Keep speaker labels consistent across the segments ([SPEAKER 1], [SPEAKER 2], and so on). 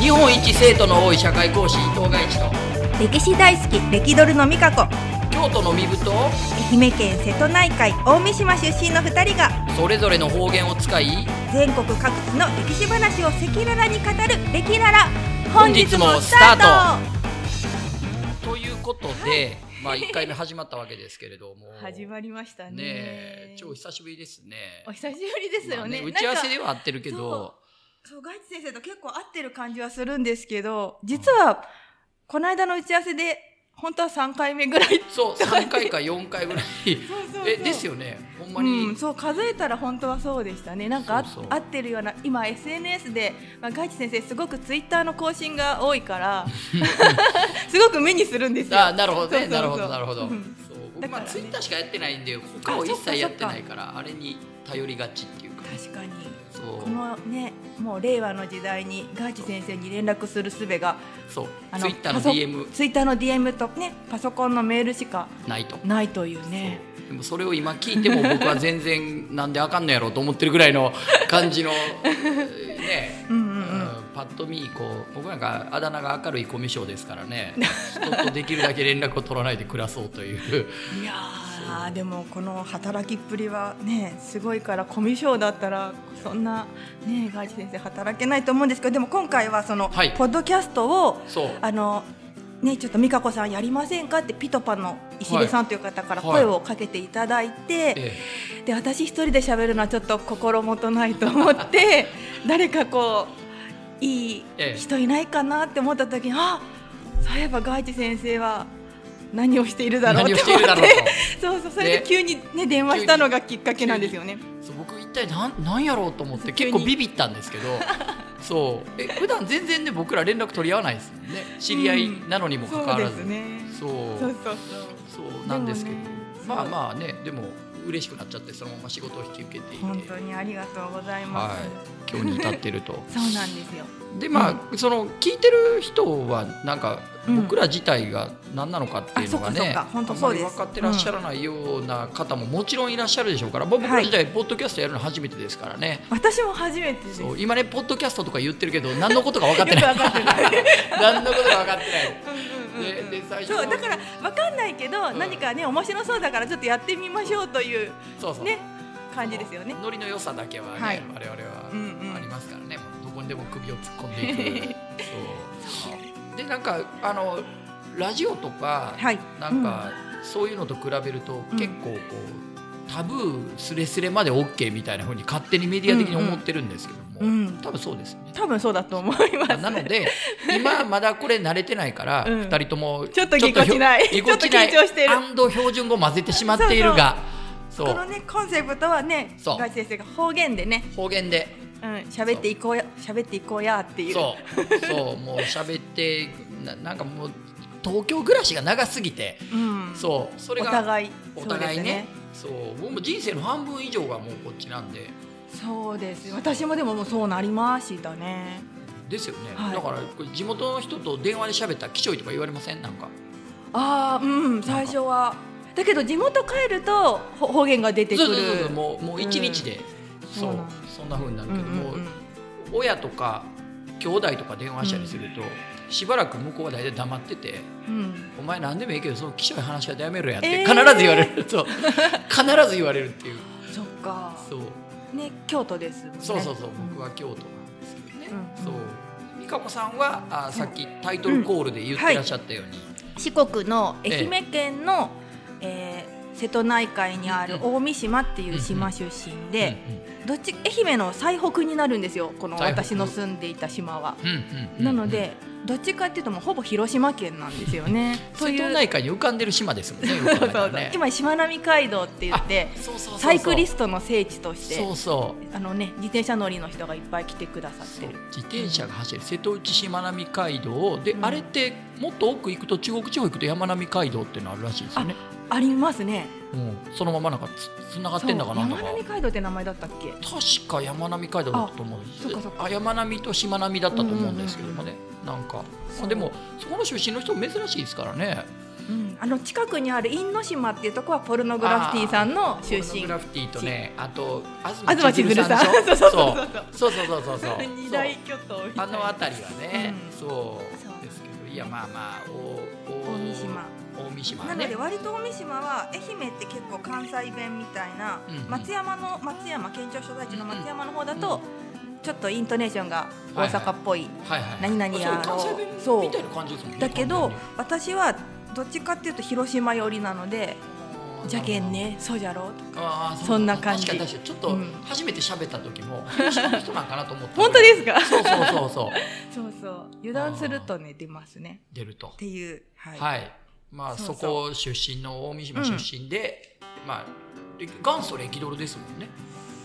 [SPEAKER 1] 日本一生徒の多い社会講師伊藤賀一と
[SPEAKER 2] 歴史大好き歴ドルの美香子
[SPEAKER 1] 京都の身分と
[SPEAKER 2] 愛媛県瀬戸内海大三島出身の2人が
[SPEAKER 1] それぞれの方言を使い
[SPEAKER 2] 全国各地の歴史話を赤裸々に語る「歴ララ」
[SPEAKER 1] 本日もスターということで、まあ1回目始まったわけですけれども
[SPEAKER 2] 始まりましたね
[SPEAKER 1] ねえ超久しぶりですね
[SPEAKER 2] お久しぶりですよね,、
[SPEAKER 1] まあ打ち合わせでは合ってるけど
[SPEAKER 2] そうガイチ先生と結構合ってる感じはするんですけど実はこの間の打ち合わせで本当は3回目ぐらい
[SPEAKER 1] そう3回か4回ぐらい
[SPEAKER 2] そうそうそう
[SPEAKER 1] えですよねほんま
[SPEAKER 2] う
[SPEAKER 1] に
[SPEAKER 2] ん、そう数えたら本当はそうでしたねなんかあ
[SPEAKER 1] そうそう
[SPEAKER 2] 合ってるような今 SNS で、まあ、ガイチ先生すごくツイッターの更新が多いから すごく目にするんですよ
[SPEAKER 1] あなるほどね
[SPEAKER 2] そうそうそう
[SPEAKER 1] なるほどなるほど
[SPEAKER 2] う
[SPEAKER 1] そうん僕
[SPEAKER 2] だか
[SPEAKER 1] ま
[SPEAKER 2] ら
[SPEAKER 1] あ
[SPEAKER 2] ね
[SPEAKER 1] ツイッターしかやってないんで他を一切やってないからあれに頼りがちっていうか
[SPEAKER 2] 確かに
[SPEAKER 1] そう
[SPEAKER 2] このねもう令和の時代にガイチ先生に連絡する術が
[SPEAKER 1] そう
[SPEAKER 2] あ
[SPEAKER 1] ツイッター
[SPEAKER 2] パ
[SPEAKER 1] の
[SPEAKER 2] ソ
[SPEAKER 1] DM
[SPEAKER 2] ツイッターの DM とねパソコンのメールしか
[SPEAKER 1] ないと
[SPEAKER 2] ないというね
[SPEAKER 1] でもそれを今聞いても僕は全然なんであかんのやろうと思ってるぐらいの感じのね、
[SPEAKER 2] うんうんうん
[SPEAKER 1] うんパッと見こう僕なんかあだ名が明るいコミュ障ですからね人とできるだけ連絡を取らないで暮らそうという
[SPEAKER 2] いやーでもこの働きっぷりはねすごいからコミュ障だったらそんなねガイチ先生働けないと思うんですけどでも今回はその、
[SPEAKER 1] はい
[SPEAKER 2] ポッドキャストを
[SPEAKER 1] そう
[SPEAKER 2] あのねちょっと美香子さんやりませんかってピトパの石出さんという方から
[SPEAKER 1] はいはい
[SPEAKER 2] 声をかけていただいて、
[SPEAKER 1] ええ
[SPEAKER 2] で私一人で喋るのはちょっと心もとないと思って 誰かこういい
[SPEAKER 1] ええ
[SPEAKER 2] 人いないかなって思った時にあそういえばガイチ先生は何をしているだろう
[SPEAKER 1] 何
[SPEAKER 2] っ
[SPEAKER 1] を
[SPEAKER 2] て
[SPEAKER 1] して
[SPEAKER 2] 思
[SPEAKER 1] い
[SPEAKER 2] っ
[SPEAKER 1] るだろう
[SPEAKER 2] て。
[SPEAKER 1] と。
[SPEAKER 2] そうそうそれで
[SPEAKER 1] ね
[SPEAKER 2] 急にね電話したのがきっかけなんですよね。
[SPEAKER 1] そう僕一体なんなんやろうと思って
[SPEAKER 2] 急
[SPEAKER 1] 結
[SPEAKER 2] に
[SPEAKER 1] 構ビビったんですけどそうえ普段全然ね僕ら連絡取り合わないですもんね知り合いなのにもかかわらず、
[SPEAKER 2] そうですね。
[SPEAKER 1] そう
[SPEAKER 2] そうそう
[SPEAKER 1] そうなんですけど、
[SPEAKER 2] でもね
[SPEAKER 1] まあ
[SPEAKER 2] そう
[SPEAKER 1] まあねでも嬉しくなっちゃってそのまま仕事を引き受けていて、
[SPEAKER 2] 本当にありがとうございま
[SPEAKER 1] は
[SPEAKER 2] す。
[SPEAKER 1] い、今日に至ってる と
[SPEAKER 2] そうなんですよ。
[SPEAKER 1] でまあその聞いてる人はなんか
[SPEAKER 2] うん
[SPEAKER 1] 僕ら自体が何なのかっていうのが
[SPEAKER 2] あそっかそっ
[SPEAKER 1] ね、
[SPEAKER 2] か本当
[SPEAKER 1] あんまり
[SPEAKER 2] そ
[SPEAKER 1] 分
[SPEAKER 2] うです
[SPEAKER 1] かってらっしゃらないような方ももちろんいらっしゃるでしょうから、僕ら自体ポッドキャストやるの初めてですからね、
[SPEAKER 2] 私も初めてです。
[SPEAKER 1] そ
[SPEAKER 2] よ
[SPEAKER 1] う今ねポッドキャストとか言ってるけど何のことか分かっ
[SPEAKER 2] く
[SPEAKER 1] てない
[SPEAKER 2] わかってない。
[SPEAKER 1] 何のことか分かってない
[SPEAKER 2] うんうんうんうん
[SPEAKER 1] でで最初の
[SPEAKER 2] そうだからわかんないけど、
[SPEAKER 1] うん
[SPEAKER 2] 何かね面白そうだからちょっとやってみましょうという
[SPEAKER 1] そうそう
[SPEAKER 2] ね感じですよね。
[SPEAKER 1] ノリの良さだけはね、
[SPEAKER 2] はい
[SPEAKER 1] 我々は
[SPEAKER 2] うんうん
[SPEAKER 1] ありますからね、もうどこにでも首を突っ込んでい くそうでなんかあのラジオとか、
[SPEAKER 2] はい。
[SPEAKER 1] なんか、そういうのと比べると、結構こうタブーすれすれまで OK みたいなふうに勝手にメディア的に思ってるんですけども、
[SPEAKER 2] うんうん
[SPEAKER 1] 多分そうですよね
[SPEAKER 2] うん、。多分そうだと思います。
[SPEAKER 1] なの で今まだこれ慣れてないから、
[SPEAKER 2] うん
[SPEAKER 1] 二人とも
[SPEAKER 2] ちょっとぎこちない
[SPEAKER 1] ぎこちない
[SPEAKER 2] ちょっと緊張してる
[SPEAKER 1] アンド標準語混ぜてしまっているがそう
[SPEAKER 2] このねコンセプトはね、
[SPEAKER 1] そう
[SPEAKER 2] ガイ先生が方言でね、
[SPEAKER 1] 方言で
[SPEAKER 2] うん喋っていこうや喋っていこうやっていう。
[SPEAKER 1] そうそうもう喋ってななんかもう東京暮らしが長すぎて
[SPEAKER 2] うん
[SPEAKER 1] そうそれ
[SPEAKER 2] お
[SPEAKER 1] が
[SPEAKER 2] 互い
[SPEAKER 1] お互いね
[SPEAKER 2] そうですね
[SPEAKER 1] そう僕も人生の半分以上がもうこっちなんで
[SPEAKER 2] そうです私もでももうそうなりましたね
[SPEAKER 1] ですよね、
[SPEAKER 2] はい
[SPEAKER 1] だからこれ地元の人と電話で喋ったら貴重いとか言われませんなんか
[SPEAKER 2] ああうん最初はだけど地元帰るとほ方言が出てく
[SPEAKER 1] そ
[SPEAKER 2] る
[SPEAKER 1] うそうそうそうもうもう一日で、そう
[SPEAKER 2] そうなんです
[SPEAKER 1] そんなふうになる
[SPEAKER 2] う
[SPEAKER 1] け
[SPEAKER 2] ん
[SPEAKER 1] ど、
[SPEAKER 2] うん
[SPEAKER 1] も
[SPEAKER 2] う
[SPEAKER 1] うん親とか兄弟とか電話したりすると、しばらく向こうは大体黙ってて
[SPEAKER 2] うん
[SPEAKER 1] 「お前何でもいいけどその気象い話はやめろや」って
[SPEAKER 2] えー
[SPEAKER 1] 必ず言われると、必ず言われるっていう
[SPEAKER 2] そっか
[SPEAKER 1] そう
[SPEAKER 2] ね京都ですもんね
[SPEAKER 1] そうそうそう、
[SPEAKER 2] ん
[SPEAKER 1] 僕は京都なんですけどね、
[SPEAKER 2] うん
[SPEAKER 1] そう美香子さんはあさっきタイトルコールで言ってらっしゃったように、
[SPEAKER 2] 四国の愛
[SPEAKER 1] ええ
[SPEAKER 2] 媛県のえー瀬戸内海にある大三島っていう島出身でどっち愛媛の最北になるんですよこの
[SPEAKER 1] 最北
[SPEAKER 2] 私の住んでいた島は
[SPEAKER 1] うんうんうんうん
[SPEAKER 2] なので、どっちかっていうともうほぼ広島県なんですよね。と
[SPEAKER 1] 瀬
[SPEAKER 2] い
[SPEAKER 1] 戸
[SPEAKER 2] う
[SPEAKER 1] 内海に浮かんでる島ですもんね
[SPEAKER 2] そうそうそう今しまなみ海道って言ってサイクリ
[SPEAKER 1] ス
[SPEAKER 2] ストの聖地として
[SPEAKER 1] そうそう
[SPEAKER 2] あのね自転車乗りの人がいっぱい来てくださってる。
[SPEAKER 1] 自転車が走る瀬戸内しまなみ海道で、
[SPEAKER 2] うん
[SPEAKER 1] あれってもっと奥行くと中国地方行くと山並海道っていうのあるらしいですよね、
[SPEAKER 2] ありますね。
[SPEAKER 1] うん、そのままなんかつつながってんだかなんだ
[SPEAKER 2] そう
[SPEAKER 1] か
[SPEAKER 2] 山並海道って名前だったっけ？
[SPEAKER 1] 確か山並海道だったと思うんです
[SPEAKER 2] あそっかそっか
[SPEAKER 1] あ山並としまなみだったと思うんですけどもね、なんか
[SPEAKER 2] そう
[SPEAKER 1] でもそこの出身の人も珍しいですからね
[SPEAKER 2] うん、あの近くにある因島っていうとこはポルノグラフィティさんの出
[SPEAKER 1] ポルノ
[SPEAKER 2] 身
[SPEAKER 1] グラフィティとねあと
[SPEAKER 2] 東
[SPEAKER 1] 東千
[SPEAKER 2] 千鶴
[SPEAKER 1] 鶴
[SPEAKER 2] さ
[SPEAKER 1] さ
[SPEAKER 2] ん
[SPEAKER 1] んでしょ
[SPEAKER 2] そう
[SPEAKER 1] そ
[SPEAKER 2] そううそう
[SPEAKER 1] そうそうそうそうそう
[SPEAKER 2] 二大巨頭み
[SPEAKER 1] そう
[SPEAKER 2] た
[SPEAKER 1] あ
[SPEAKER 2] いな
[SPEAKER 1] の辺りはね、
[SPEAKER 2] うん
[SPEAKER 1] そうですけどいやまあまあおお
[SPEAKER 2] 大三島
[SPEAKER 1] 大三島
[SPEAKER 2] なの
[SPEAKER 1] ね
[SPEAKER 2] で割と大三島は愛媛って結構関西弁みたいな、
[SPEAKER 1] うんうん
[SPEAKER 2] 松山の松山県庁所在地の松山の方だと、ちょっとイントネーションが大阪っぽい、
[SPEAKER 1] はいはい
[SPEAKER 2] 何々や
[SPEAKER 1] そう関西
[SPEAKER 2] そう
[SPEAKER 1] 弁みたいな感じですもんね
[SPEAKER 2] だけど
[SPEAKER 1] 完全に
[SPEAKER 2] 私はどっちかっていうと広島寄りなので「じゃけんねそうじゃろ」とか
[SPEAKER 1] あー
[SPEAKER 2] そんな感じ
[SPEAKER 1] 確かに確かにちょっと
[SPEAKER 2] うん
[SPEAKER 1] 初めて喋った時 も広島の人なんかなと思った
[SPEAKER 2] 本当ですか
[SPEAKER 1] そうそうそうそう
[SPEAKER 2] そうそう油断するとね出ますね
[SPEAKER 1] 出ると
[SPEAKER 2] っていうはい、
[SPEAKER 1] はいまあ
[SPEAKER 2] そ
[SPEAKER 1] そう
[SPEAKER 2] そ
[SPEAKER 1] こ出身の大三島
[SPEAKER 2] うん
[SPEAKER 1] 出身でまあれ元祖レキドルですもんね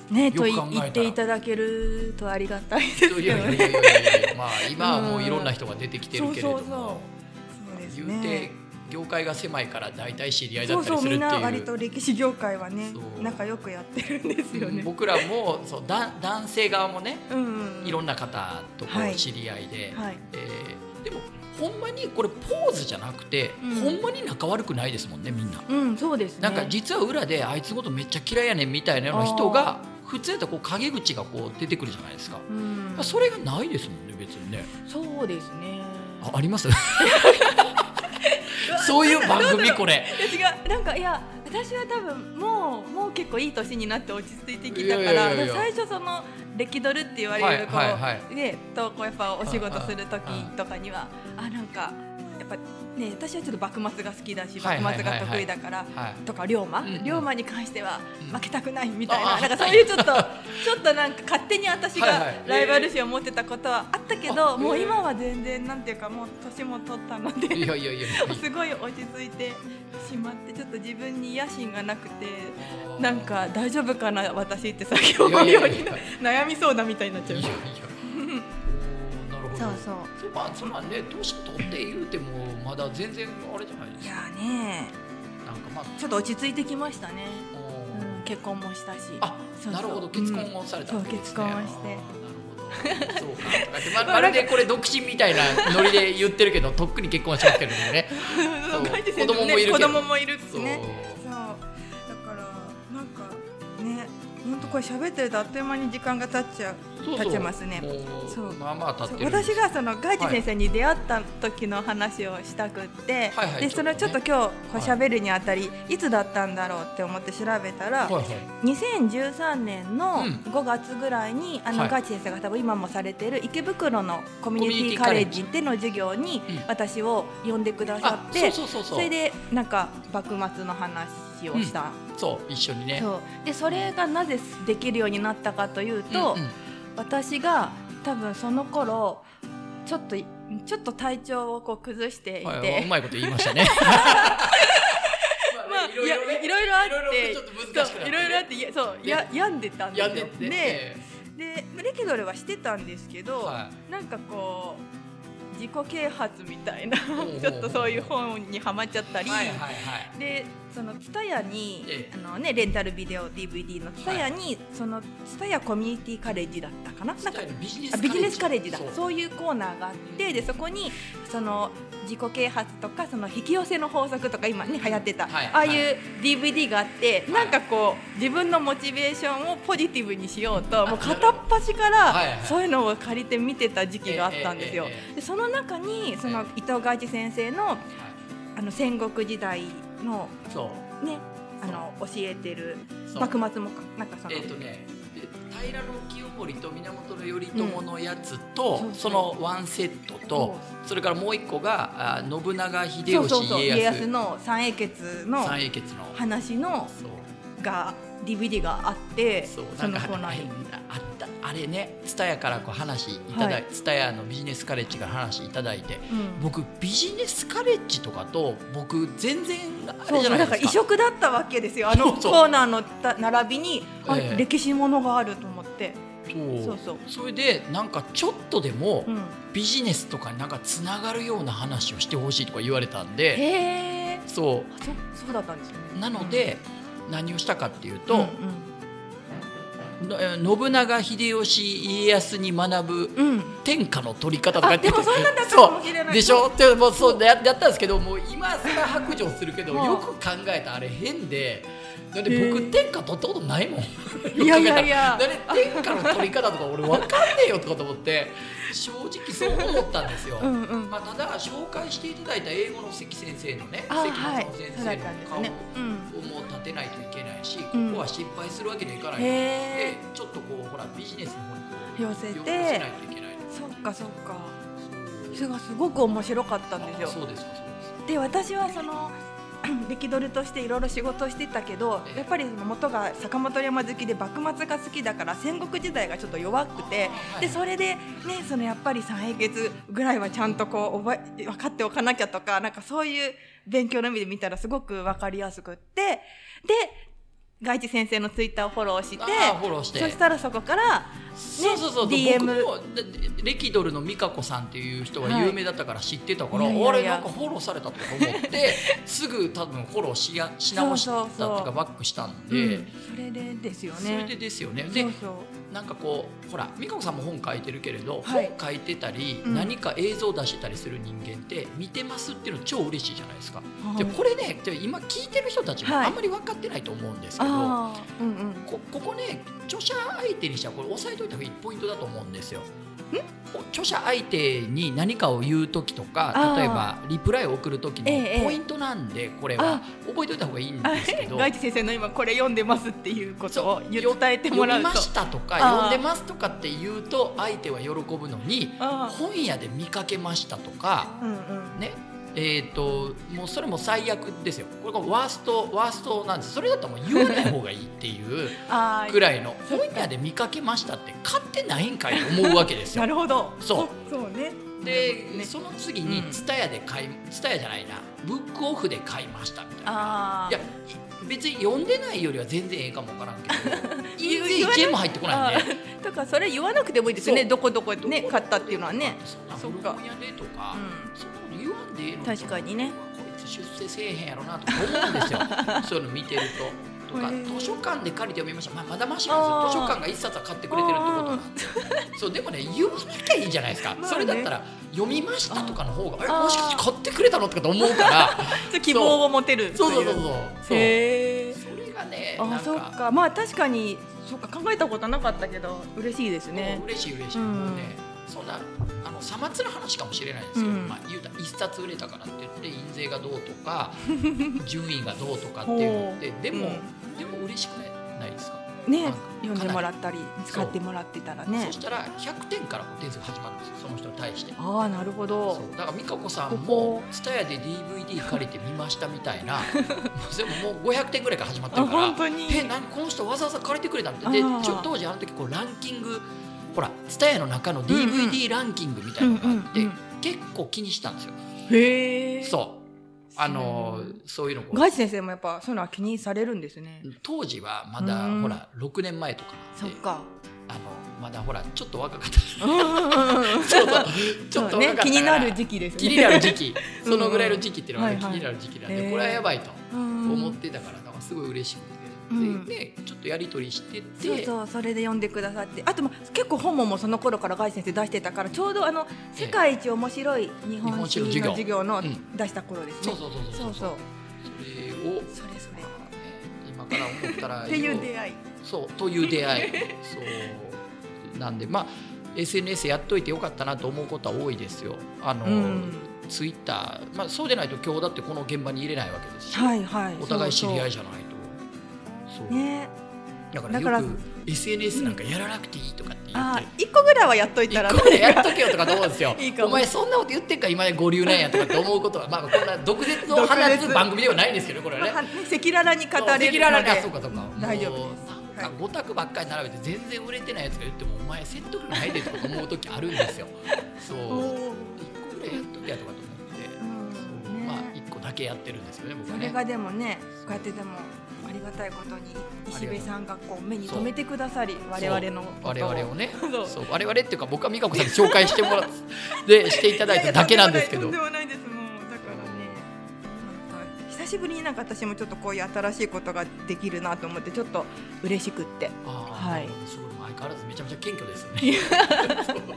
[SPEAKER 2] ね
[SPEAKER 1] よく
[SPEAKER 2] とい
[SPEAKER 1] 考えたら
[SPEAKER 2] 言っていただけるとありがたいです
[SPEAKER 1] い
[SPEAKER 2] け
[SPEAKER 1] や
[SPEAKER 2] ど
[SPEAKER 1] いやいやい
[SPEAKER 2] ね
[SPEAKER 1] やいやまあ今はもういろんな人が出てきてるけれども、
[SPEAKER 2] うんそうそうそうです
[SPEAKER 1] 言うて
[SPEAKER 2] ね
[SPEAKER 1] 業界が狭いから大体知り合いだ
[SPEAKER 2] そ
[SPEAKER 1] っ
[SPEAKER 2] う
[SPEAKER 1] たり
[SPEAKER 2] そう
[SPEAKER 1] する
[SPEAKER 2] み
[SPEAKER 1] っ
[SPEAKER 2] ん
[SPEAKER 1] て
[SPEAKER 2] な
[SPEAKER 1] いう
[SPEAKER 2] 割と歴史業界はね
[SPEAKER 1] そう
[SPEAKER 2] 仲良くやってるんですよね
[SPEAKER 1] 僕らもそうだ男性側もね
[SPEAKER 2] うんうんうん
[SPEAKER 1] いろんな方とこう
[SPEAKER 2] はい
[SPEAKER 1] 知り合いで、
[SPEAKER 2] はい
[SPEAKER 1] えーでもほんまにこれポーズじゃなくて、
[SPEAKER 2] うん
[SPEAKER 1] ほんまに仲悪くないですもんねみんな。
[SPEAKER 2] うんそうですね
[SPEAKER 1] なんか実は裏であいつのことめっちゃ嫌いやねんみたいなような人が普通やったらこう陰口がこう出てくるじゃないですか、
[SPEAKER 2] うん
[SPEAKER 1] それがないですもんね別にね
[SPEAKER 2] そうですね
[SPEAKER 1] ああります そういう番組これ
[SPEAKER 2] いや 違うなんかいや私は多分もうもう結構いい年になって落ち着いてきた
[SPEAKER 1] い
[SPEAKER 2] か
[SPEAKER 1] やいやい
[SPEAKER 2] ら
[SPEAKER 1] やいや
[SPEAKER 2] 最初その「歴ドル」って言わ
[SPEAKER 1] はいは
[SPEAKER 2] れ
[SPEAKER 1] い
[SPEAKER 2] るこう、
[SPEAKER 1] はい
[SPEAKER 2] でとこうやっぱお仕事する時
[SPEAKER 1] うんうんうん
[SPEAKER 2] とかにはあなんかやっぱね私はちょっと幕末が好きだし
[SPEAKER 1] はいはいはい
[SPEAKER 2] 幕末が得意だから。
[SPEAKER 1] はい
[SPEAKER 2] とか龍馬、
[SPEAKER 1] うんうん
[SPEAKER 2] 龍馬に関しては
[SPEAKER 1] うん
[SPEAKER 2] 負けたくないみたいな、
[SPEAKER 1] あー
[SPEAKER 2] なんかそういうちょっとちょっとなんか勝手に私
[SPEAKER 1] はい
[SPEAKER 2] が
[SPEAKER 1] はい
[SPEAKER 2] ライバル心を持ってたことはあったけど、
[SPEAKER 1] あ
[SPEAKER 2] もう
[SPEAKER 1] へー
[SPEAKER 2] 今は全然なんていうかもう年も取ったので
[SPEAKER 1] いやいやいやいや
[SPEAKER 2] すごい落ち着いてしまってちょっと自分に野心がなくてなんか大丈夫かな私って先を思う
[SPEAKER 1] いや
[SPEAKER 2] よう
[SPEAKER 1] いや
[SPEAKER 2] に
[SPEAKER 1] いや
[SPEAKER 2] な悩みそうだみたいになっちゃう
[SPEAKER 1] いやいやおーなるほど
[SPEAKER 2] そうそう
[SPEAKER 1] そうまあそれはね年取って言うてもまだ全然あれじゃないで
[SPEAKER 2] い
[SPEAKER 1] す
[SPEAKER 2] や
[SPEAKER 1] か
[SPEAKER 2] ね
[SPEAKER 1] なんかまあ
[SPEAKER 2] ちょっと落ち着いてきましたね、
[SPEAKER 1] お
[SPEAKER 2] う
[SPEAKER 1] ー
[SPEAKER 2] ん、結婚もしたし
[SPEAKER 1] あ
[SPEAKER 2] そうそう
[SPEAKER 1] なるほど結婚をされたわけですね、
[SPEAKER 2] そう結婚をし
[SPEAKER 1] あー
[SPEAKER 2] て
[SPEAKER 1] なるほどそうかとかってままるでこれ独身みたいなノリで言ってるけどとっくに結婚はしちゃってるんでねそう
[SPEAKER 2] 書いてる
[SPEAKER 1] 子供もいるけど
[SPEAKER 2] 子供もいるし
[SPEAKER 1] そう、
[SPEAKER 2] ねそうだからなんかね本当これ喋ってるとあっという間に時間が経っちゃう
[SPEAKER 1] そう
[SPEAKER 2] 経っちゃいますね
[SPEAKER 1] もう
[SPEAKER 2] そう
[SPEAKER 1] まあまあ経っ
[SPEAKER 2] そう
[SPEAKER 1] てるんです
[SPEAKER 2] 私がそのガイジ先生に出会った時の話をしたくって、
[SPEAKER 1] はいはい
[SPEAKER 2] でそれをちょっと
[SPEAKER 1] ち
[SPEAKER 2] 今日こう
[SPEAKER 1] はい
[SPEAKER 2] 喋るにあたり、い、つだったんだろうって思って調べたら、
[SPEAKER 1] はいはい
[SPEAKER 2] 2013年の
[SPEAKER 1] うん
[SPEAKER 2] 5月ぐらいに、あの
[SPEAKER 1] はい
[SPEAKER 2] ガイジ先生が多分今もされてる池袋のコミュニティ
[SPEAKER 1] コ
[SPEAKER 2] カ
[SPEAKER 1] ミュ
[SPEAKER 2] レ
[SPEAKER 1] ニティカレッ
[SPEAKER 2] ッ
[SPEAKER 1] ジ
[SPEAKER 2] ジでの授業に
[SPEAKER 1] うん
[SPEAKER 2] 私を呼んでくださ
[SPEAKER 1] あ
[SPEAKER 2] って、
[SPEAKER 1] そうそうそうそう
[SPEAKER 2] それでなんか幕末の話をした、
[SPEAKER 1] そう一緒にね
[SPEAKER 2] そうでそれがなぜできるようになったかというと、
[SPEAKER 1] うんうん
[SPEAKER 2] 私が多分その頃ちょっといちょっと体調をこう崩していて、
[SPEAKER 1] はい、うまいこと言いましたね。
[SPEAKER 2] まあいやいろいろあってそういろいろあっていやそう
[SPEAKER 1] ね
[SPEAKER 2] や病んでたんです
[SPEAKER 1] や
[SPEAKER 2] よ
[SPEAKER 1] んでって、
[SPEAKER 2] ででレキドルはしてたんですけど、
[SPEAKER 1] は
[SPEAKER 2] なんかこう自己啓発みたいな
[SPEAKER 1] おうおう
[SPEAKER 2] ちょっとそういう本にはまっちゃった
[SPEAKER 1] い、
[SPEAKER 2] り。
[SPEAKER 1] はいはいはい
[SPEAKER 2] でその TSUTAYA に、
[SPEAKER 1] ええ
[SPEAKER 2] あのね、レンタルビデオ DVD の TSUTAYA に、その TSUTAYA コミュニティカレッジだったかななんか
[SPEAKER 1] なんかビジネ
[SPEAKER 2] あビジネスカレッジだそう
[SPEAKER 1] う
[SPEAKER 2] いうコーナーがあってでそこにその自己啓発とかその引き寄せの法則とか今ね流行ってた、
[SPEAKER 1] はい
[SPEAKER 2] ああいう DVD があって、なんかこう自分のモチベーションをポジティブにしようともう片っ端か
[SPEAKER 1] はいは
[SPEAKER 2] ら
[SPEAKER 1] い
[SPEAKER 2] そういうのを借りて見てた時期があったんですよ
[SPEAKER 1] えええええ。
[SPEAKER 2] でその中にその伊藤外地先生のあの戦国時代の
[SPEAKER 1] そう
[SPEAKER 2] ねあの教えてる
[SPEAKER 1] そう
[SPEAKER 2] 幕末もかなんかその、
[SPEAKER 1] えっ、とねで平清盛と源頼朝のやつと、
[SPEAKER 2] うん
[SPEAKER 1] そのワンセットと
[SPEAKER 2] そ
[SPEAKER 1] それからもう一個があ信長秀吉
[SPEAKER 2] そうそうそう
[SPEAKER 1] 家
[SPEAKER 2] 家
[SPEAKER 1] 康
[SPEAKER 2] 康の三英傑の
[SPEAKER 1] 三英傑の
[SPEAKER 2] 話の
[SPEAKER 1] そう
[SPEAKER 2] が DVD があって
[SPEAKER 1] そ
[SPEAKER 2] そう
[SPEAKER 1] なん
[SPEAKER 2] の
[SPEAKER 1] か
[SPEAKER 2] コーナーに。
[SPEAKER 1] あったあれね蔦屋からこう話いただい蔦屋、のビジネスカレッジから話いただいて
[SPEAKER 2] うん
[SPEAKER 1] 僕ビジネスカレッジとかと僕全然あ
[SPEAKER 2] そ
[SPEAKER 1] れ
[SPEAKER 2] う
[SPEAKER 1] じ
[SPEAKER 2] そ
[SPEAKER 1] ゃ
[SPEAKER 2] う
[SPEAKER 1] ないで
[SPEAKER 2] だか
[SPEAKER 1] す
[SPEAKER 2] ら
[SPEAKER 1] か
[SPEAKER 2] 異色だったわけですよあの
[SPEAKER 1] そうそう
[SPEAKER 2] コーナーのた並びにあ
[SPEAKER 1] ええ
[SPEAKER 2] 歴史ものがあると思って
[SPEAKER 1] そう
[SPEAKER 2] そうそう
[SPEAKER 1] それでなんかちょっとでも
[SPEAKER 2] うん
[SPEAKER 1] ビジネスとかになんかつながるような話をしてほしいとか言われたんで
[SPEAKER 2] へえ
[SPEAKER 1] そ
[SPEAKER 2] そそうだったんですよ
[SPEAKER 1] う
[SPEAKER 2] ね
[SPEAKER 1] なので何をしたかっていう
[SPEAKER 2] うん
[SPEAKER 1] と、
[SPEAKER 2] うん
[SPEAKER 1] のえー信長秀吉家康に学ぶ
[SPEAKER 2] うん
[SPEAKER 1] 天下の取り方とかって
[SPEAKER 2] あでもそんなんだった
[SPEAKER 1] そ
[SPEAKER 2] かもしれな
[SPEAKER 1] う
[SPEAKER 2] い
[SPEAKER 1] でしょってもうそうややったんですけどもう今更白状するけど
[SPEAKER 2] うん
[SPEAKER 1] よく考えたあれ変でだって
[SPEAKER 2] へ
[SPEAKER 1] 僕
[SPEAKER 2] ー
[SPEAKER 1] 天下取ったことないもんよく考えたら
[SPEAKER 2] いやいやいや
[SPEAKER 1] だって天下の取り方とか俺分かんねえよとかと思って正直そう思ったんですよ。
[SPEAKER 2] うんうん
[SPEAKER 1] まあ、ただ紹介していただいた英語の関先生のね
[SPEAKER 2] あ
[SPEAKER 1] 関
[SPEAKER 2] はい
[SPEAKER 1] 松本先
[SPEAKER 2] そうだ
[SPEAKER 1] 生
[SPEAKER 2] っ
[SPEAKER 1] の
[SPEAKER 2] たんです
[SPEAKER 1] 顔を
[SPEAKER 2] ねうん
[SPEAKER 1] もう立てないといけないし、
[SPEAKER 2] うん
[SPEAKER 1] ここは失敗するわけにはいかないので、
[SPEAKER 2] へえ
[SPEAKER 1] ちょっとこうほらビジネスの方にこう
[SPEAKER 2] 寄せて
[SPEAKER 1] 寄せないといけない
[SPEAKER 2] そっかそっかそれがすごく面白かったんですよ
[SPEAKER 1] そうですかそうですか
[SPEAKER 2] で私はその 力ドルとしていろいろ仕事をしてたけどやっぱりその元が坂本龍馬好きで幕末が好きだから戦国時代がちょっと弱くて
[SPEAKER 1] あーはい
[SPEAKER 2] でそれで、ね、そのやっぱり三英傑ぐらいはちゃんとこう覚え分かっておかなきゃとかなんかそういう勉強の意味で見たらすごく分かりやすくってで外地先生のツイッターをフォローして
[SPEAKER 1] あーフォローして
[SPEAKER 2] そしたらそこから
[SPEAKER 1] そうそうそう、
[SPEAKER 2] DM
[SPEAKER 1] 僕もででレキドルの美香子さんっていう人が
[SPEAKER 2] はい
[SPEAKER 1] 有名だったから知ってたから、
[SPEAKER 2] いやいやいや
[SPEAKER 1] あれなんかフォローされたとか思って すぐ多分フォローしやし直したってい
[SPEAKER 2] そう
[SPEAKER 1] う
[SPEAKER 2] そうそ
[SPEAKER 1] か
[SPEAKER 2] う
[SPEAKER 1] バックしたん
[SPEAKER 2] う
[SPEAKER 1] で、
[SPEAKER 2] ん、それでですよ
[SPEAKER 1] それ
[SPEAKER 2] ね
[SPEAKER 1] で。ですよね。
[SPEAKER 2] そ
[SPEAKER 1] で
[SPEAKER 2] うそう
[SPEAKER 1] なんかこうほら美香子さんも本書いてるけれど、
[SPEAKER 2] はい
[SPEAKER 1] 本書いてたり、
[SPEAKER 2] うん
[SPEAKER 1] 何か映像出してたりする人間って見てますっていうの超嬉しいじゃないですか。
[SPEAKER 2] はい
[SPEAKER 1] でこれねで今聞いてる人たちも
[SPEAKER 2] はい
[SPEAKER 1] あんまり分かってないと思うんですけど、
[SPEAKER 2] あーうんうん
[SPEAKER 1] こここね著者相手にしたらこれ押さえといた方がいいポイントだと思うんですよ。著者相手に何かを言う時と
[SPEAKER 2] あ
[SPEAKER 1] か
[SPEAKER 2] ー
[SPEAKER 1] 例えばリプライを送る時
[SPEAKER 2] ええええ
[SPEAKER 1] のポイントなんでこれは覚えといた方がいいんですけ ど。
[SPEAKER 2] 外地先生の今これ読んでますっていうことを言伝えても
[SPEAKER 1] 読
[SPEAKER 2] ら
[SPEAKER 1] み
[SPEAKER 2] うと
[SPEAKER 1] ましたとか
[SPEAKER 2] あー
[SPEAKER 1] 読んでますとかって言うと相手は喜ぶのに
[SPEAKER 2] ああ
[SPEAKER 1] 本屋で見かけましたとか
[SPEAKER 2] うんうん
[SPEAKER 1] ねえー、ともうそれも最悪ですよこれがワーストワーストなんですそれだったらもう言わない方がいいっていう
[SPEAKER 2] あー
[SPEAKER 1] ぐらいの
[SPEAKER 2] そっ
[SPEAKER 1] 本
[SPEAKER 2] か
[SPEAKER 1] 屋で見かけましたって買ってないんかいと思うわけです
[SPEAKER 2] な
[SPEAKER 1] よ。
[SPEAKER 2] るほど
[SPEAKER 1] そう
[SPEAKER 2] そそうね
[SPEAKER 1] で、
[SPEAKER 2] ね
[SPEAKER 1] その次
[SPEAKER 2] う
[SPEAKER 1] に
[SPEAKER 2] ん
[SPEAKER 1] TSUTAYA で買い TSUTAYA じゃないなブックオフで買いましたみたいな。
[SPEAKER 2] あ
[SPEAKER 1] いや別に読んでないよりは全然ええかもわからんけど
[SPEAKER 2] 言
[SPEAKER 1] 全
[SPEAKER 2] う
[SPEAKER 1] 然意見も入ってこないんで。
[SPEAKER 2] あとかそれ言わなくてもいいですね
[SPEAKER 1] そう
[SPEAKER 2] どこどこね買ったっていうのはね
[SPEAKER 1] そんな古本屋でとか、
[SPEAKER 2] う
[SPEAKER 1] そんなの言わんでええの
[SPEAKER 2] 確かにね
[SPEAKER 1] こいつ出世せえへんやろなとか思うん ですよそういうの見てるととか
[SPEAKER 2] へえ
[SPEAKER 1] 図書館で借りて読みました、まあ、まだましなん
[SPEAKER 2] あー
[SPEAKER 1] ですよ図書館が一冊は買ってくれてるってことなんでそうでもね言わなきゃいいじゃないですか、
[SPEAKER 2] まあね
[SPEAKER 1] それだったら読みましたとかの方がえ
[SPEAKER 2] あー
[SPEAKER 1] もしかして買ってくれたのとかと思うから
[SPEAKER 2] ん希望を持てるという
[SPEAKER 1] そうそうそうそうそう
[SPEAKER 2] へえ
[SPEAKER 1] それがねな
[SPEAKER 2] あ
[SPEAKER 1] んか
[SPEAKER 2] そっかまあ確かにそっか考えたことなかったけど嬉しいですね
[SPEAKER 1] うん嬉しい嬉しい、
[SPEAKER 2] うん
[SPEAKER 1] もうねそんなあのさまつな話かもしれないですけど、
[SPEAKER 2] うん
[SPEAKER 1] まあ、言うたら一冊売れたからって言って印税がどうと か順位がどうとかっていうのってでも、でも嬉しくないないですか、なん
[SPEAKER 2] ね
[SPEAKER 1] か
[SPEAKER 2] 読んでもらったり使ってもらってたらね
[SPEAKER 1] そしたら100点からこう点数が始まるんですよその人に対して。
[SPEAKER 2] ああなるほど
[SPEAKER 1] そうだから美香子さん
[SPEAKER 2] ここ
[SPEAKER 1] も TSUTAYA で DVD 借りて見ましたみたいな もうでももう500点ぐらいから始まってるから
[SPEAKER 2] あ本当に
[SPEAKER 1] え何この人わざわざ借りてくれたのってで
[SPEAKER 2] あー
[SPEAKER 1] ちょ当時あの時こうランキングほら TSUTAYA の中の
[SPEAKER 2] うんう
[SPEAKER 1] DVD ランキングみたいなのがあって、
[SPEAKER 2] うんうん
[SPEAKER 1] 結構気にしたんですよ。
[SPEAKER 2] へえ
[SPEAKER 1] そうあのーそういうのこう
[SPEAKER 2] ガイチ先生もやっぱそういうのは気にされるんですね。
[SPEAKER 1] 当時はまだ
[SPEAKER 2] うん
[SPEAKER 1] ほら6年前とか
[SPEAKER 2] そ
[SPEAKER 1] なん
[SPEAKER 2] っ
[SPEAKER 1] で
[SPEAKER 2] か。
[SPEAKER 1] あのまだほらちょっと若かった
[SPEAKER 2] ち
[SPEAKER 1] ちょっと ちょっと若かった
[SPEAKER 2] ね
[SPEAKER 1] から
[SPEAKER 2] 気になる時期ですね。
[SPEAKER 1] 気になる時
[SPEAKER 2] 期。
[SPEAKER 1] 期
[SPEAKER 2] うん
[SPEAKER 1] そのぐらいの時期っていうのがね
[SPEAKER 2] は
[SPEAKER 1] 気
[SPEAKER 2] いはい
[SPEAKER 1] になる時期なん
[SPEAKER 2] へ
[SPEAKER 1] で
[SPEAKER 2] ー
[SPEAKER 1] これはやばいと
[SPEAKER 2] 思
[SPEAKER 1] 思ってたからなんかすごい嬉しくて、
[SPEAKER 2] うん
[SPEAKER 1] ででちょっとやり取りしてて
[SPEAKER 2] そうそうそれで読んでくださってあと、まあ、結構本ももうその頃からガイ先生出してたからちょうどあの「世界一面白い日本史」の
[SPEAKER 1] 日本史の授業
[SPEAKER 2] 授業の
[SPEAKER 1] うん
[SPEAKER 2] 出した頃です
[SPEAKER 1] そ
[SPEAKER 2] ね
[SPEAKER 1] う。そうそう
[SPEAKER 2] そうそう
[SPEAKER 1] それを
[SPEAKER 2] それそれ。っ
[SPEAKER 1] 今から思ったら
[SPEAKER 2] ていう出会い。
[SPEAKER 1] そうという出会いそうなんでまあ SNS やっといてよかったなと思うことは多いですよ。あの、ツイッター、まあ、そうでないと今日だってこの現場に入れないわけですし、
[SPEAKER 2] はいはい。
[SPEAKER 1] お互い知り合い
[SPEAKER 2] じ
[SPEAKER 1] じゃないとそう
[SPEAKER 2] ゃね
[SPEAKER 1] だから
[SPEAKER 2] だから
[SPEAKER 1] よく SNS なんかやらなくていいとかって言っ
[SPEAKER 2] あ
[SPEAKER 1] て。
[SPEAKER 2] 一個ぐらいはやっといたら
[SPEAKER 1] 一個でやっとけよとかと思うんですよ
[SPEAKER 2] いいかも
[SPEAKER 1] お前そんなこと言ってんか今で五流なんやとかって思うことはまあこんな毒舌を放つ番組ではないんですけどねこれはね
[SPEAKER 2] まあ赤裸々に語れるので
[SPEAKER 1] 赤裸々にあそうかそうか
[SPEAKER 2] 大丈夫
[SPEAKER 1] もう
[SPEAKER 2] です
[SPEAKER 1] な
[SPEAKER 2] は
[SPEAKER 1] んか5択ばっかり並べて全然売れてないやつが言ってもお前説得力ないでとか思う時あるんですよそう
[SPEAKER 2] お
[SPEAKER 1] 1
[SPEAKER 2] ー
[SPEAKER 1] 個ぐらいやっとけやとかと思って、
[SPEAKER 2] うん
[SPEAKER 1] そう
[SPEAKER 2] ね
[SPEAKER 1] まあ1個だけやってるんですよね僕
[SPEAKER 2] そ
[SPEAKER 1] は
[SPEAKER 2] れ
[SPEAKER 1] ね
[SPEAKER 2] がでもねこうやってでもありがたいことに石部さんがこう目に留めてくださり我々のことを
[SPEAKER 1] 我々をね
[SPEAKER 2] そう
[SPEAKER 1] そう我々っていうか僕は美香子さんに紹介してもらっでしていただいただけなんですけど
[SPEAKER 2] いやいやとんでもないとんでもないですもうだからねなんか久しぶりになんか私もちょっとこういう新しいことができるなと思ってちょっと嬉しくって
[SPEAKER 1] あー
[SPEAKER 2] はい
[SPEAKER 1] すごい相変わらずめちゃめちゃ謙虚ですよね。そうなん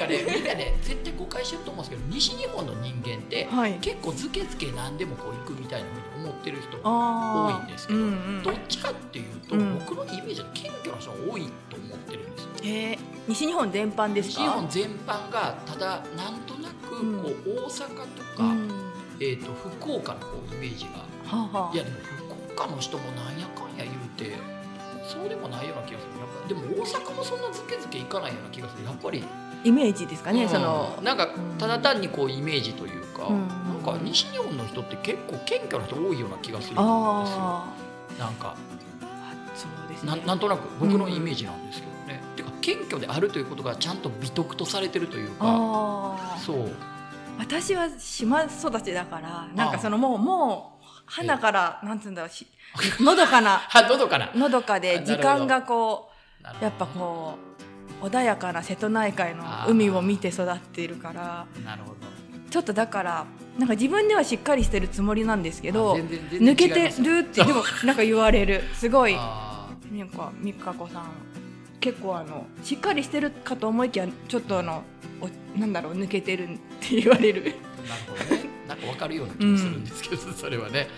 [SPEAKER 1] かねみんなね絶対誤解してると思うんですけど西日本の人間って
[SPEAKER 2] はい
[SPEAKER 1] 結構ずけずけ何でもこう行くみたいなふうに思ってる人が
[SPEAKER 2] あー
[SPEAKER 1] 多いんですけど
[SPEAKER 2] うんうん
[SPEAKER 1] どっちかっていうと、
[SPEAKER 2] うん
[SPEAKER 1] 僕のイメージは謙虚な人が多いと思ってるんですよ。
[SPEAKER 2] へー西日本全般です
[SPEAKER 1] 西
[SPEAKER 2] か
[SPEAKER 1] 日本全般がただなんとなくこう大阪とか、
[SPEAKER 2] うん
[SPEAKER 1] えー、と福岡のこうイメージが
[SPEAKER 2] はあはい
[SPEAKER 1] やでも福岡の人もなんやかんや言うてそうでもないような気がするやっぱでも大阪もそんなずけずけ行かないような気がするやっぱり、
[SPEAKER 2] あイメージですかね、
[SPEAKER 1] うん
[SPEAKER 2] その
[SPEAKER 1] なんか
[SPEAKER 2] うん
[SPEAKER 1] ただ単にこうイメージというか、
[SPEAKER 2] うん
[SPEAKER 1] なんか西日本の人って結構謙虚な人多いような気がするんですよ
[SPEAKER 2] あ
[SPEAKER 1] なんか
[SPEAKER 2] あそうですね
[SPEAKER 1] なんなんとなく僕のイメージなんですけどね、てか謙虚であるということがちゃんと美徳とされてるというか
[SPEAKER 2] ああ
[SPEAKER 1] そう
[SPEAKER 2] 私は島育ちだからなんかそのもうもう花からなんつうんだろうしのどか な
[SPEAKER 1] あどうかな
[SPEAKER 2] のどか
[SPEAKER 1] あ
[SPEAKER 2] で
[SPEAKER 1] なるほ
[SPEAKER 2] 時
[SPEAKER 1] ど
[SPEAKER 2] 間がこ
[SPEAKER 1] なるほ
[SPEAKER 2] う
[SPEAKER 1] ど
[SPEAKER 2] やっぱこう穏やかな瀬戸内海の海を見て育っているから
[SPEAKER 1] なるほど
[SPEAKER 2] ちょっとだからなんか自分ではしっかりしてるつもりなんですけ
[SPEAKER 1] あ
[SPEAKER 2] ど
[SPEAKER 1] 全然全然
[SPEAKER 2] 抜け
[SPEAKER 1] 違い
[SPEAKER 2] て
[SPEAKER 1] ますね
[SPEAKER 2] るってでもなんか言われるすごい
[SPEAKER 1] あー
[SPEAKER 2] なんかみかこさん結構あのしっかりしてるかと思いきやちょっとあのおなんだろう抜けてるって言われる
[SPEAKER 1] なるほどね。なんかわかるような気もするんですけど、それはね。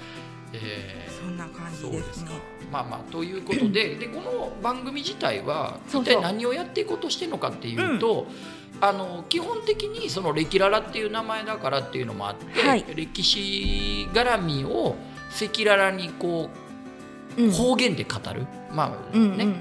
[SPEAKER 1] え
[SPEAKER 2] そんな感
[SPEAKER 1] ー
[SPEAKER 2] じ
[SPEAKER 1] そう
[SPEAKER 2] で
[SPEAKER 1] ですす
[SPEAKER 2] ね
[SPEAKER 1] か。まあまあということで、でこの番組自体は
[SPEAKER 2] そう
[SPEAKER 1] 一
[SPEAKER 2] そ
[SPEAKER 1] 体
[SPEAKER 2] う
[SPEAKER 1] 何をやっていこうとしてるのかっていうと、あの基本的にその歴ララっていう名前だからっていうのもあって、
[SPEAKER 2] はい
[SPEAKER 1] 歴史絡みを赤裸々にこ
[SPEAKER 2] う
[SPEAKER 1] うん方言で語る、まあ
[SPEAKER 2] う
[SPEAKER 1] ね、
[SPEAKER 2] んうん、
[SPEAKER 1] ま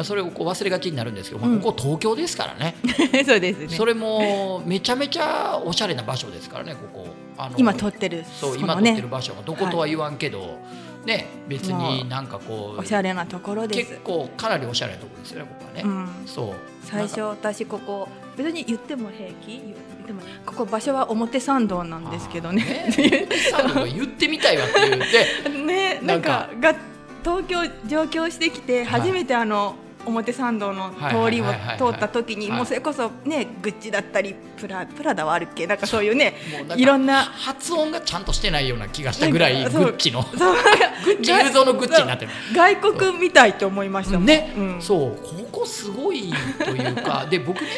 [SPEAKER 1] あそれをこう忘れがちになるんですけど、まあ
[SPEAKER 2] うん
[SPEAKER 1] ここ東京ですからね。
[SPEAKER 2] そうですね
[SPEAKER 1] それもめちゃめちゃおしゃれな場所ですからねここ。あの
[SPEAKER 2] 今撮ってる
[SPEAKER 1] そう
[SPEAKER 2] こ
[SPEAKER 1] 今
[SPEAKER 2] の
[SPEAKER 1] 撮って
[SPEAKER 2] ね
[SPEAKER 1] る場所もどことは言わんけど、ね別になんかこう
[SPEAKER 2] おしゃれなところです
[SPEAKER 1] 結構かなりおしゃれなとこですよねここはね、
[SPEAKER 2] うん、
[SPEAKER 1] そう
[SPEAKER 2] 最初
[SPEAKER 1] なんか
[SPEAKER 2] 私ここ別に言っても平気言ってもここ場所は表参道なんですけどね
[SPEAKER 1] あーねサンドが言ってみたいわって言って
[SPEAKER 2] ね
[SPEAKER 1] な
[SPEAKER 2] なんん
[SPEAKER 1] か
[SPEAKER 2] かが東京上京してきて
[SPEAKER 1] はい
[SPEAKER 2] 初めてあの、表参道の通りを
[SPEAKER 1] はいはいはいはい
[SPEAKER 2] 通った時に
[SPEAKER 1] はい
[SPEAKER 2] もうそれこそねグッチだったりプラプラダはあるっけなんかそういうね
[SPEAKER 1] もうなんか
[SPEAKER 2] いろんな
[SPEAKER 1] 発音がちゃんとしてないような気がしたぐらい
[SPEAKER 2] な
[SPEAKER 1] グ
[SPEAKER 2] んかそう
[SPEAKER 1] ッチの
[SPEAKER 2] そう
[SPEAKER 1] グッチ雄三のグッチになってる
[SPEAKER 2] 外国みたいと思いましたもん
[SPEAKER 1] ね、
[SPEAKER 2] うんそ
[SPEAKER 1] そうここすごいという かで僕ね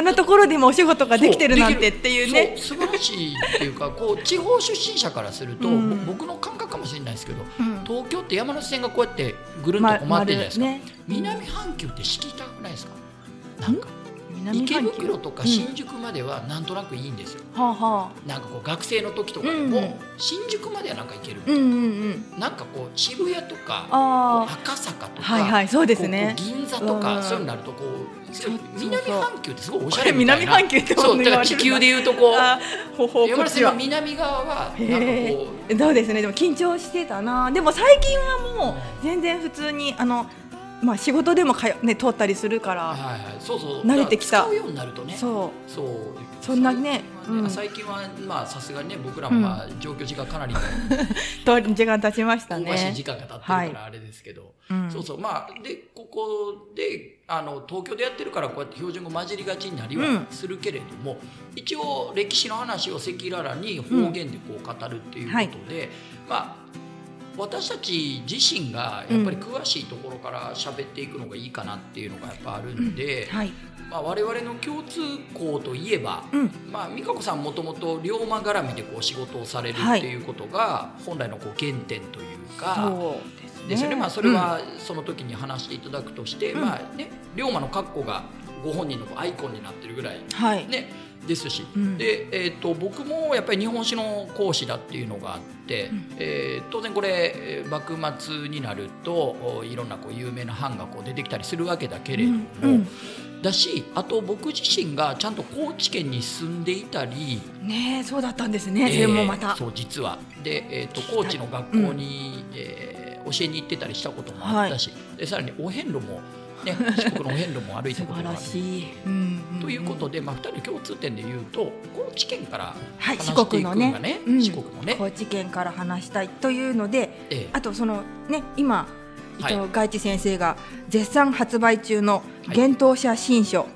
[SPEAKER 2] んなところでもお仕事ができてるなんてっていうね
[SPEAKER 1] そう素晴らしいっていうかこう地方出身者からすると、
[SPEAKER 2] うん
[SPEAKER 1] ぼ僕の感覚かもしれないですけど
[SPEAKER 2] うん
[SPEAKER 1] 東京って山手線がこうやってぐるんとこう回ってるじゃないですか、
[SPEAKER 2] ま丸ね
[SPEAKER 1] 南半球って敷きたくないですかなんか
[SPEAKER 2] 南
[SPEAKER 1] 池
[SPEAKER 2] 半球
[SPEAKER 1] 袋とか新宿まではなんとなくいいんですよ、
[SPEAKER 2] はあはあ
[SPEAKER 1] なんかこう学生の時とかで
[SPEAKER 2] うんう
[SPEAKER 1] も
[SPEAKER 2] ん
[SPEAKER 1] 新宿まではなんか行ける、
[SPEAKER 2] うんうんうん
[SPEAKER 1] なんかこう渋谷とか
[SPEAKER 2] あ
[SPEAKER 1] 赤坂と
[SPEAKER 2] あ
[SPEAKER 1] か、
[SPEAKER 2] はいはいそうですね
[SPEAKER 1] こうこう銀座とか、
[SPEAKER 2] うん
[SPEAKER 1] そういうのになるとこう
[SPEAKER 2] そうそう
[SPEAKER 1] 南半球ってすごいおし
[SPEAKER 2] こ
[SPEAKER 1] ゃ
[SPEAKER 2] れ
[SPEAKER 1] れみたいな
[SPEAKER 2] 南半球って
[SPEAKER 1] そう
[SPEAKER 2] 本当
[SPEAKER 1] だ
[SPEAKER 2] に言
[SPEAKER 1] か
[SPEAKER 2] わ
[SPEAKER 1] ら
[SPEAKER 2] れる
[SPEAKER 1] 地球でいうとこう
[SPEAKER 2] あーほほこ
[SPEAKER 1] 山
[SPEAKER 2] っ
[SPEAKER 1] 手
[SPEAKER 2] ち
[SPEAKER 1] 線の
[SPEAKER 2] は
[SPEAKER 1] 南側はなんか
[SPEAKER 2] へ
[SPEAKER 1] こう
[SPEAKER 2] どうですねでも緊張してたなでも最近はもう全然普通にあの、まあ、仕事でもかよ、ね、通ったりするから
[SPEAKER 1] はいはいそうそう
[SPEAKER 2] 慣れてきた
[SPEAKER 1] だから使うようになるとね
[SPEAKER 2] そ
[SPEAKER 1] そう
[SPEAKER 2] そんなねうん
[SPEAKER 1] 最近はね最近はまあさすがにね僕らもまあ状況時間かなり
[SPEAKER 2] うと時間経ちました
[SPEAKER 1] 香ばしい
[SPEAKER 2] ね
[SPEAKER 1] 時。間が経ってる
[SPEAKER 2] は
[SPEAKER 1] か
[SPEAKER 2] い
[SPEAKER 1] らあれですけど、
[SPEAKER 2] うん
[SPEAKER 1] そうそうまあでここであの東京でやってるからこうやって標準語混じりがちになりは
[SPEAKER 2] うん
[SPEAKER 1] するけれども、一応歴史の話を赤裸々に方言でこう語るっていうことで、まあ私たち自身がやっぱり詳しいところから喋っていくのがいいかなっていうのがやっぱあるんで、
[SPEAKER 2] はい、
[SPEAKER 1] まあ、我々の共通項といえば、
[SPEAKER 2] うん
[SPEAKER 1] まあ、美香子さんもともと龍馬絡みでこう仕事をされる
[SPEAKER 2] はい
[SPEAKER 1] っていうことが本来のこう原点というか。
[SPEAKER 2] そうですね
[SPEAKER 1] ですよねまあ、それ、はその時に話していただくとして、
[SPEAKER 2] うん
[SPEAKER 1] まあね、龍馬の格好がご本人のアイコンになってるぐらい、
[SPEAKER 2] うんはい、
[SPEAKER 1] ね、ですし、
[SPEAKER 2] うん
[SPEAKER 1] でえー、と僕もやっぱり日本史の講師だっていうのがあって、
[SPEAKER 2] うん
[SPEAKER 1] えー当然これえー幕末になるとおいろんなこう有名な藩がこう出てきたりするわけだけれども、
[SPEAKER 2] うん
[SPEAKER 1] だしあと僕自身がちゃんと高知県に住んでいたり、
[SPEAKER 2] うんねえそうだったんですね、それもま
[SPEAKER 1] えー
[SPEAKER 2] た
[SPEAKER 1] そう実はで、えー、と高知の学校に、えー教えに行ってたりしたこともあったし、でさらにお遍路も、ね、 四国のお遍路も歩いた
[SPEAKER 2] 素
[SPEAKER 1] こと
[SPEAKER 2] 晴
[SPEAKER 1] があ
[SPEAKER 2] ら
[SPEAKER 1] る。
[SPEAKER 2] しい、うんんん
[SPEAKER 1] ということで、まあ、2人の共通点で言うと高知県から
[SPEAKER 2] はい、
[SPEAKER 1] 話
[SPEAKER 2] 四
[SPEAKER 1] してい
[SPEAKER 2] 国
[SPEAKER 1] く
[SPEAKER 2] の
[SPEAKER 1] んだ
[SPEAKER 2] ね
[SPEAKER 1] ね
[SPEAKER 2] うん
[SPEAKER 1] 四国のね
[SPEAKER 2] 高知県から話したいというので
[SPEAKER 1] え
[SPEAKER 2] あとそのね今伊
[SPEAKER 1] はい
[SPEAKER 2] 藤外地先生が絶賛発売中の
[SPEAKER 1] はい
[SPEAKER 2] 「幻冬写新書」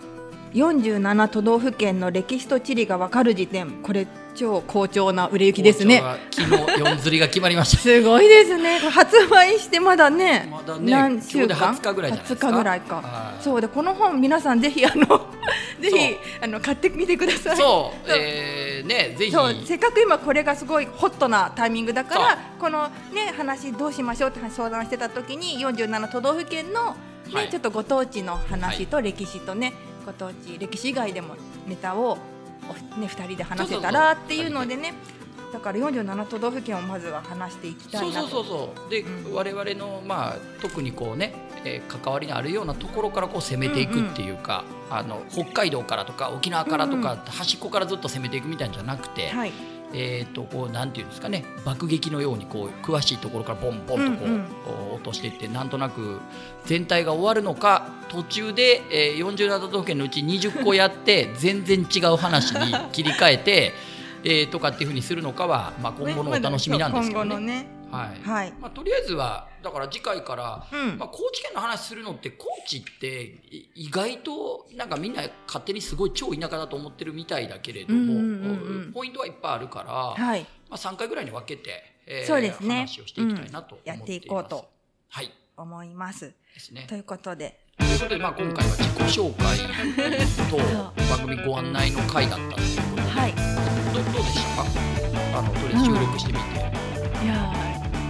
[SPEAKER 2] 47都道府県の歴史と地理がわかる辞典これ超好調な売れ行きですね。
[SPEAKER 1] 昨日四釣りが決まりま した。
[SPEAKER 2] すごいですね。これ発売してまだね、
[SPEAKER 1] まだね
[SPEAKER 2] 何週間
[SPEAKER 1] 今日で20日ぐらいじゃないですか
[SPEAKER 2] 20日ぐらいか
[SPEAKER 1] はい
[SPEAKER 2] そうでこの本皆さんぜひあの ぜ
[SPEAKER 1] そう
[SPEAKER 2] ひあの買ってみてください。
[SPEAKER 1] そう、えー、ねぜひ
[SPEAKER 2] そうせっかく今これがすごいホットなタイミングだか
[SPEAKER 1] そう
[SPEAKER 2] らこのね話どうしましょうって話相談してた時に47都道府県の、ね
[SPEAKER 1] はい
[SPEAKER 2] ちょっとご当地の
[SPEAKER 1] はい
[SPEAKER 2] 話と歴史とね、ご当地歴史以外でもネタをお、ね、2人で話せた
[SPEAKER 1] そうそ
[SPEAKER 2] ら
[SPEAKER 1] うそう
[SPEAKER 2] っていうのでねだから47都道府県をまずは話していきた
[SPEAKER 1] そ
[SPEAKER 2] いうな
[SPEAKER 1] そ
[SPEAKER 2] と
[SPEAKER 1] うそうそうで、
[SPEAKER 2] うん
[SPEAKER 1] 我々のまあ特にこうね、えー関わりのあるようなところからこう攻めていくっていうか、あの北海道からとか沖縄からとか、
[SPEAKER 2] う
[SPEAKER 1] 端っこからずっと攻めていくみたいなんじゃなくて、
[SPEAKER 2] はい
[SPEAKER 1] えっ、とこうなんていうんですかね爆撃のようにこう詳しいところからボンボンとこう、
[SPEAKER 2] うんうん
[SPEAKER 1] こう落としていってなんとなく全体が終わるのか途中で、えー、47都道府県のうち20個やって 全然違う話に切り替えて、えー、とかっていうふうにするのかは、まあ、今後のお楽しみなんですけどね。
[SPEAKER 2] 今後のね
[SPEAKER 1] はい
[SPEAKER 2] はい、
[SPEAKER 1] まあ、とりあえずはだから次回から、
[SPEAKER 2] うん
[SPEAKER 1] まあ、高知県の話するのって高知ってい意外となんかみんな勝手にすごい超田舎だと思ってるみたいだけれども、
[SPEAKER 2] うんうんうんうん
[SPEAKER 1] ポイントはいっぱいあるから、
[SPEAKER 2] はい、
[SPEAKER 1] まあ、3回ぐらいに分けて、えー
[SPEAKER 2] そうですね
[SPEAKER 1] 話をしていきたいなと思っています、
[SPEAKER 2] うんやっていこうと
[SPEAKER 1] はい
[SPEAKER 2] 思います
[SPEAKER 1] ですね
[SPEAKER 2] ということで
[SPEAKER 1] ということで、まあ、今回は自己紹介 と
[SPEAKER 2] う
[SPEAKER 1] 番組ご案内の回だったということで
[SPEAKER 2] はい
[SPEAKER 1] どどうでしたかあのとりあえず収録してみて、
[SPEAKER 2] いやー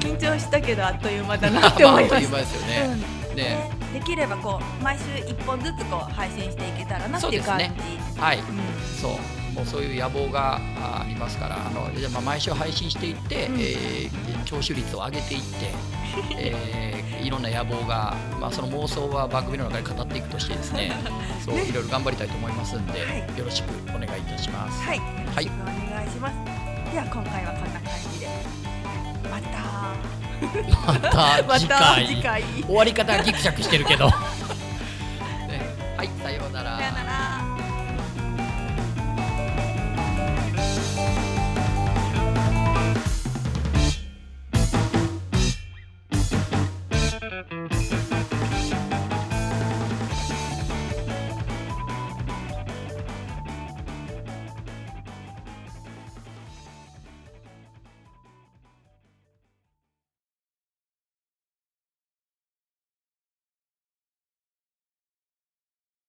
[SPEAKER 2] 緊張したけどあっという間だなって思い
[SPEAKER 1] あ
[SPEAKER 2] ま
[SPEAKER 1] っという
[SPEAKER 2] し
[SPEAKER 1] 間ですよ
[SPEAKER 2] た。
[SPEAKER 1] ね。
[SPEAKER 2] う
[SPEAKER 1] ね
[SPEAKER 2] んねできればこう毎週一本ずつこう配信していけたらなっていう感じ。
[SPEAKER 1] そうはい、
[SPEAKER 2] うん
[SPEAKER 1] そうもうそういう野望があありますからあの、でまあ、毎週配信していって、
[SPEAKER 2] うん
[SPEAKER 1] えー聴取率を上げていって、えーいろんな野望が、まあ、その妄想は番組の中で語っていくとしてですねそういろいろ頑張りたいと思いますんで、
[SPEAKER 2] はい
[SPEAKER 1] よろしくお願いいたします。
[SPEAKER 2] はい、よろ
[SPEAKER 1] い
[SPEAKER 2] しくお願いします。では今回はこんな感じで。ま
[SPEAKER 1] ま
[SPEAKER 2] た
[SPEAKER 1] た
[SPEAKER 2] ま
[SPEAKER 1] 次
[SPEAKER 2] た
[SPEAKER 1] 回
[SPEAKER 2] 次回。
[SPEAKER 1] 終わり方がギクシャクしてるけど、ね、はいさようなら。